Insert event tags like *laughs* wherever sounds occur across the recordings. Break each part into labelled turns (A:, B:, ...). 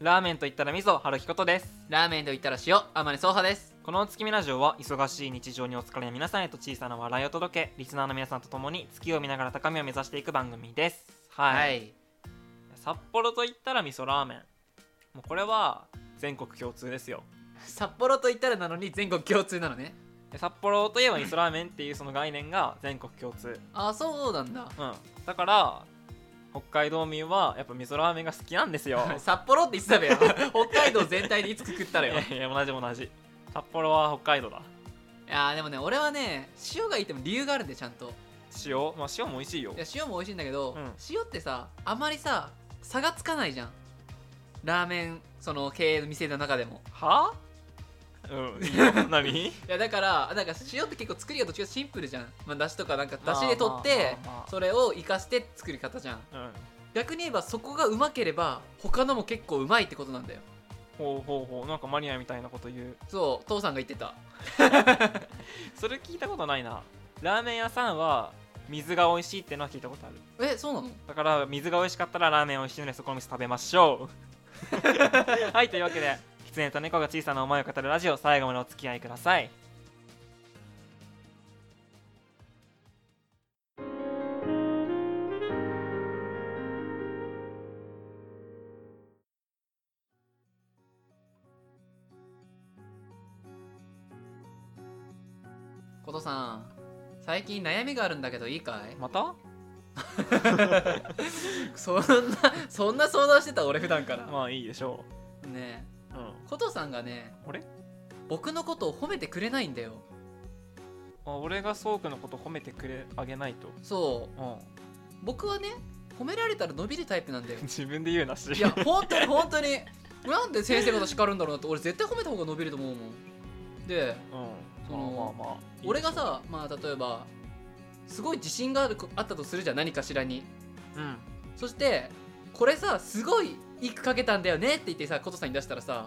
A: ラーメンといったらみそ春樹ことです
B: ラーメンと言ったら塩天音総派です
A: この月見ラジオは忙しい日常にお疲れの皆さんへと小さな笑いを届けリスナーの皆さんと共に月を見ながら高みを目指していく番組ですはい、
B: い
A: 札幌といったら味噌ラーメンもうこれは全国共通ですよ
B: 札幌と言ったらなのに全国共通なのね
A: で札幌といえば味噌ラーメンっていうその概念が全国共通
B: あそうなんだ
A: うんだから北海道民はやっぱ味噌ラーメンが好きなんです *laughs* よ
B: 札幌って言ってた *laughs* べよ北海道全体でいつ食ったらよ
A: いやいや同じ同じ札幌は北海道だ
B: いやーでもね俺はね塩がいいっても理由があるんでちゃんと
A: 塩まあ塩も美味しいよ
B: いや塩も美味しいんだけど、
A: うん
B: 塩ってさあまりさ差がつかないじゃんラーメンその経営の店の中でも
A: はうんいいよ何
B: いやだからなんか塩って結構作りがどっちかシンプルじゃん、まあ、だしとかなんかだしで取って
A: まあまあまあまあ
B: それを生かして作り方じゃん
A: うん
B: 逆に言えばそこがうまければ他のも結構うまいってことなんだよ
A: ほうほうほうなんかマニアみたいなこと言う
B: そう父さんが言ってた
A: それ聞いたことないなラーメン屋さんは水が美味しいってのは聞いたことある
B: えそうなの
A: だから水が美味しかったらラーメン美味しいのでそこの店食べましょ *laughs* うはいというわけで狐と猫が小さな思いを語るラジオ最後までお付き合いください
B: ことさん最近悩みがあるんだけどいいかい
A: また
B: そんな *laughs* そんな相談してた俺普段から
A: まあいいでしょ
B: ね
A: ううん
B: えことさんがね
A: 俺
B: 僕のことを褒めてくれないんだよ
A: あ俺がそうくんのこと褒めてくれあげないと
B: そう
A: うん
B: 僕はね褒められたら伸びるタイプ *laughs* なんだよ
A: *laughs* 自分で言うなし
B: いや本当に本当になんで先生のこと叱るんだろうなって俺絶対褒めた方が伸びると思うもんで
A: うん
B: そ
A: まあ
B: の
A: まあまあいいでしょう
B: 俺がさまあ例えばすごい自信があるあったとするじゃん何かしらに
A: うん
B: そしてこれさすごい一句かけたんだよねって言ってさことさんに出したらさ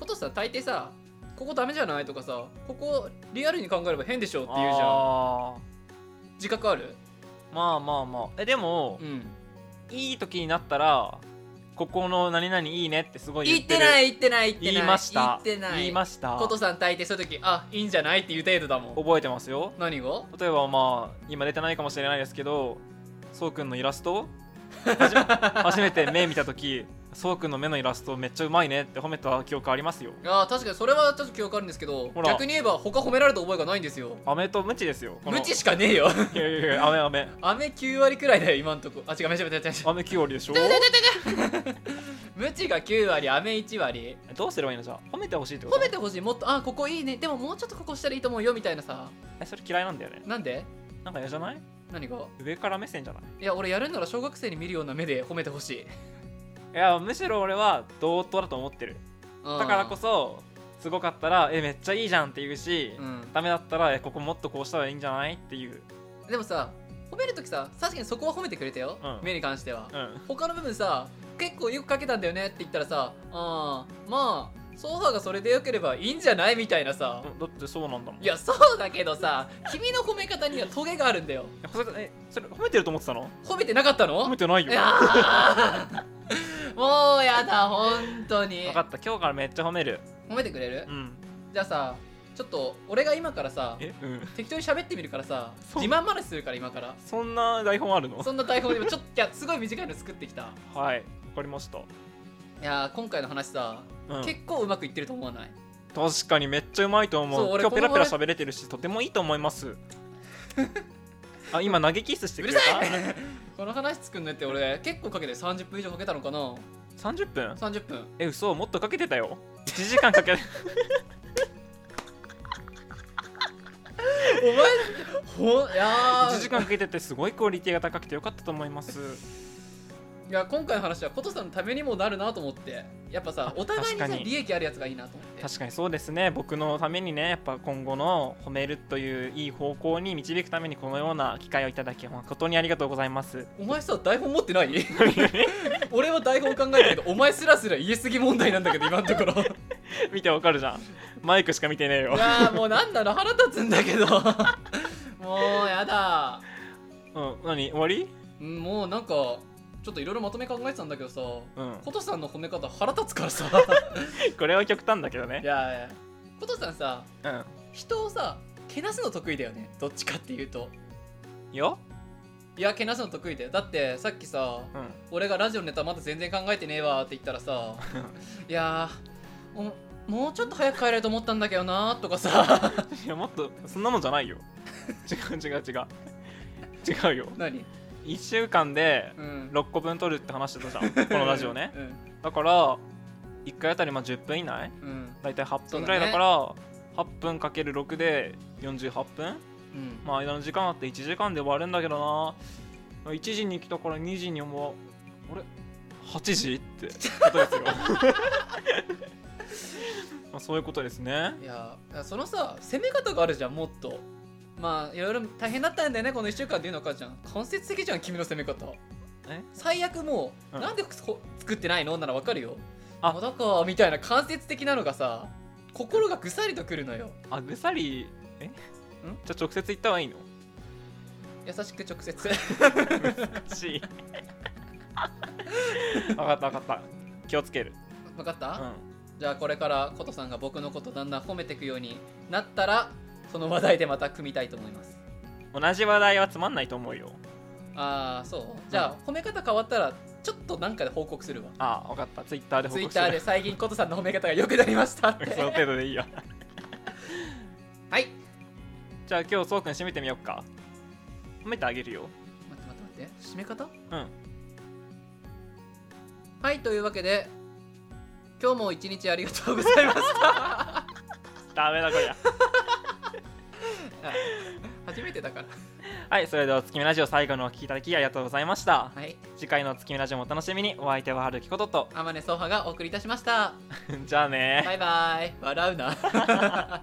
B: ことさん大抵さここダメじゃないとかさここリアルに考えれば変でしょって言うじゃ
A: あ
B: ん
A: ー
B: 自覚ある
A: まあまあまあえでも
B: う、ん
A: いい時になったらここの何々いいねってすごい
B: 言
A: 言
B: っ
A: っててる
B: ない言ってない言ってない
A: 言いました
B: 言ってない
A: 言いました
B: ことさん大抵そういう時あいいんじゃないっていう程度だもん
A: 覚えてますよ
B: 何が
A: 例えばまあ今出てないかもしれないですけどそうくんのイラストはじ
B: *laughs*
A: 初めて目見た時そうくんの目のイラストめっちゃうまいねって褒めた記憶ありますよ
B: あー確かにそれはちょっと記憶あるんですけど
A: ほら
B: 逆に言えば他褒められた覚えがないんですよ
A: 飴とムチですよこの
B: 無知しかねえよ *laughs*
A: いやいやいや飴飴
B: 飴9割くらいだよ今んとこあ違うめちゃめちゃめちゃめちゃ
A: 飴9割でしょ
B: 無知が9割飴1割
A: どうすればいいのじゃあ褒めてほしいってこと
B: 褒めてほしいもっとあここいいねでももうちょっとここしたらいいと思うよみたいなさ
A: えそれ嫌いなんだよね
B: なんで
A: なんか嫌じゃない
B: 何が
A: 上から目線じゃない
B: いや俺やるんなら小学生に見るような目で褒めてほしい
A: いやむしろ俺は同等だと思ってるだ
B: だ
A: からこそすごかったらえめっちゃいいじゃんって言うし、
B: うん、
A: ダメだったらえここもっとこうしたらいいんじゃないっていう
B: でもさ褒めるときさ確かにそこは褒めてくれたよ、
A: うん
B: 目に関しては、
A: うん
B: 他の部分さ結構よく書けたんだよねって言ったらさあーまあソファーがそれでよければいいんじゃないみたいなさ、
A: だってそうなんだもん
B: いやそうだけどさ君の褒め方にはトゲがあるんだよ
A: えそれえそれ褒めてると思ってたの
B: 褒めてなかったの
A: 褒めてない
B: い
A: よ
B: やー *laughs* もうやだ本当に
A: 分かった今日からめっちゃ褒める
B: 褒めてくれる
A: うん
B: じゃあさちょっと俺が今からさ
A: えうん
B: 適当に喋ってみるからさ
A: そう
B: 自慢話するから今から
A: そんな台本あるの
B: そんな台本でもちょっといやすごい短いの作ってきた
A: はい分かりました、
B: いやー今回の話さ、
A: うん、
B: 結構うまくいってると思わない
A: 確かにめっちゃうまいと思
B: そう
A: う
B: 俺
A: 今日ペラペラ
B: この
A: 喋れてるしとてもいいと思いますあ今投げキッスしてくれた
B: う
A: *laughs*
B: この話作るのって俺結構かけて30分以上かけたのかな
A: 30分
B: 30分
A: え嘘もっとかけてたよ1時間かけ
B: お前ほんいや
A: 1
B: ー
A: 時間かけててすごいクオリティが高くてよかったと思います
B: いや今回の話はことさんのためにもなるなと思ってやっぱさお互いにさ
A: 確かに
B: 利益あるやつがいいなと思って
A: 確かにそうですね僕のためにねやっぱ今後の褒めるといういい方向に導くためにこのような機会をいただき誠にありがとうございます
B: お前さ台本持ってない
A: *laughs*
B: 俺は台本考えたけどお前すらすら言えすぎ問題なんだけど今のところい
A: 見てわかるじゃんマイクしか見てねえよ、
B: やーもうなんだろう腹立つんだけど *laughs* もうやだ
A: うん、何終わり
B: うんもうなんかちょっちょっといろいろまとめ考えてたんだけどさ
A: うん、
B: コトさんの褒め方腹立つからさ
A: *laughs* これは極端だけど
B: い
A: ね、
B: やいやコトさんさ
A: うん、
B: 人をさけなすの得意だよねどっちかっていうと
A: よ、
B: いやけなすの得意だよだってさっきさ
A: うん、
B: 俺がラジオのネタまだ全然考えてねえわって言った
A: *laughs*
B: らさいやーおもうちょっと早く帰れると思ったんだけどなーと
A: *laughs*
B: かさ
A: いやもっとそんなもんじゃないよ違う違う違う違うよ
B: 何
A: 1週間で
B: うん
A: 6個分撮るって話してたじゃんこのラジオね
B: うん
A: だから1回あたりまあ10分以内
B: うん
A: だいたい8
B: そうだね
A: 分ぐらいだから8分かける6で48分
B: うん
A: まあ間の時間あって1時間で終わるんだけどなまあ1時に来たから2時にもうあれ8時ってことですよ *laughs* まあそういうことですね
B: いやそのさ攻め方があるじゃんもっとまあいろいろ大変だったんだよねこの1週間っていうのかじゃん間接的じゃん君の攻め方
A: え
B: 最悪もう、
A: うん
B: なんでこ作ってないのならわかるよ
A: あ
B: あだかみたいな間接的なのがさ心がぐさりとくるのよ
A: あぐさりえんじゃあ直接行った方がいいの
B: 優しく直接 *laughs*
A: *laughs* し分かった分かった気をつける
B: 分かった、
A: う
B: じゃあこれからコトさんが僕のことだんだん褒めてくようになったらその話題でまた組みたいと思います
A: ん同じ話題はつまんないと思うよ
B: ああそうじゃあ褒め方変わったらちょっとなんかで報告するわ
A: ああ分かったツイッターで報
B: ツイッ
A: 告
B: ターで最近コトさんの褒め方が良くなりましたっ
A: *laughs*
B: て
A: その程度でいいよ
B: はい
A: じゃあ今日そうくん締めてみよっか褒めてあげるよ
B: 待って待って待って締め方
A: うん
B: はいというわけで今日も一日ありがとうございました
A: ダメだ
B: *laughs*
A: こりゃ
B: 初めてだから
A: はいそれでは月見ラジオ最後のお聞きいただきありがとうございました
B: はい
A: 次回の月見ラジオもお楽しみにお相手は春樹こと
B: *laughs*
A: と
B: 天音ソーハがお送りいたしました
A: じゃあね
B: バイバイ笑うな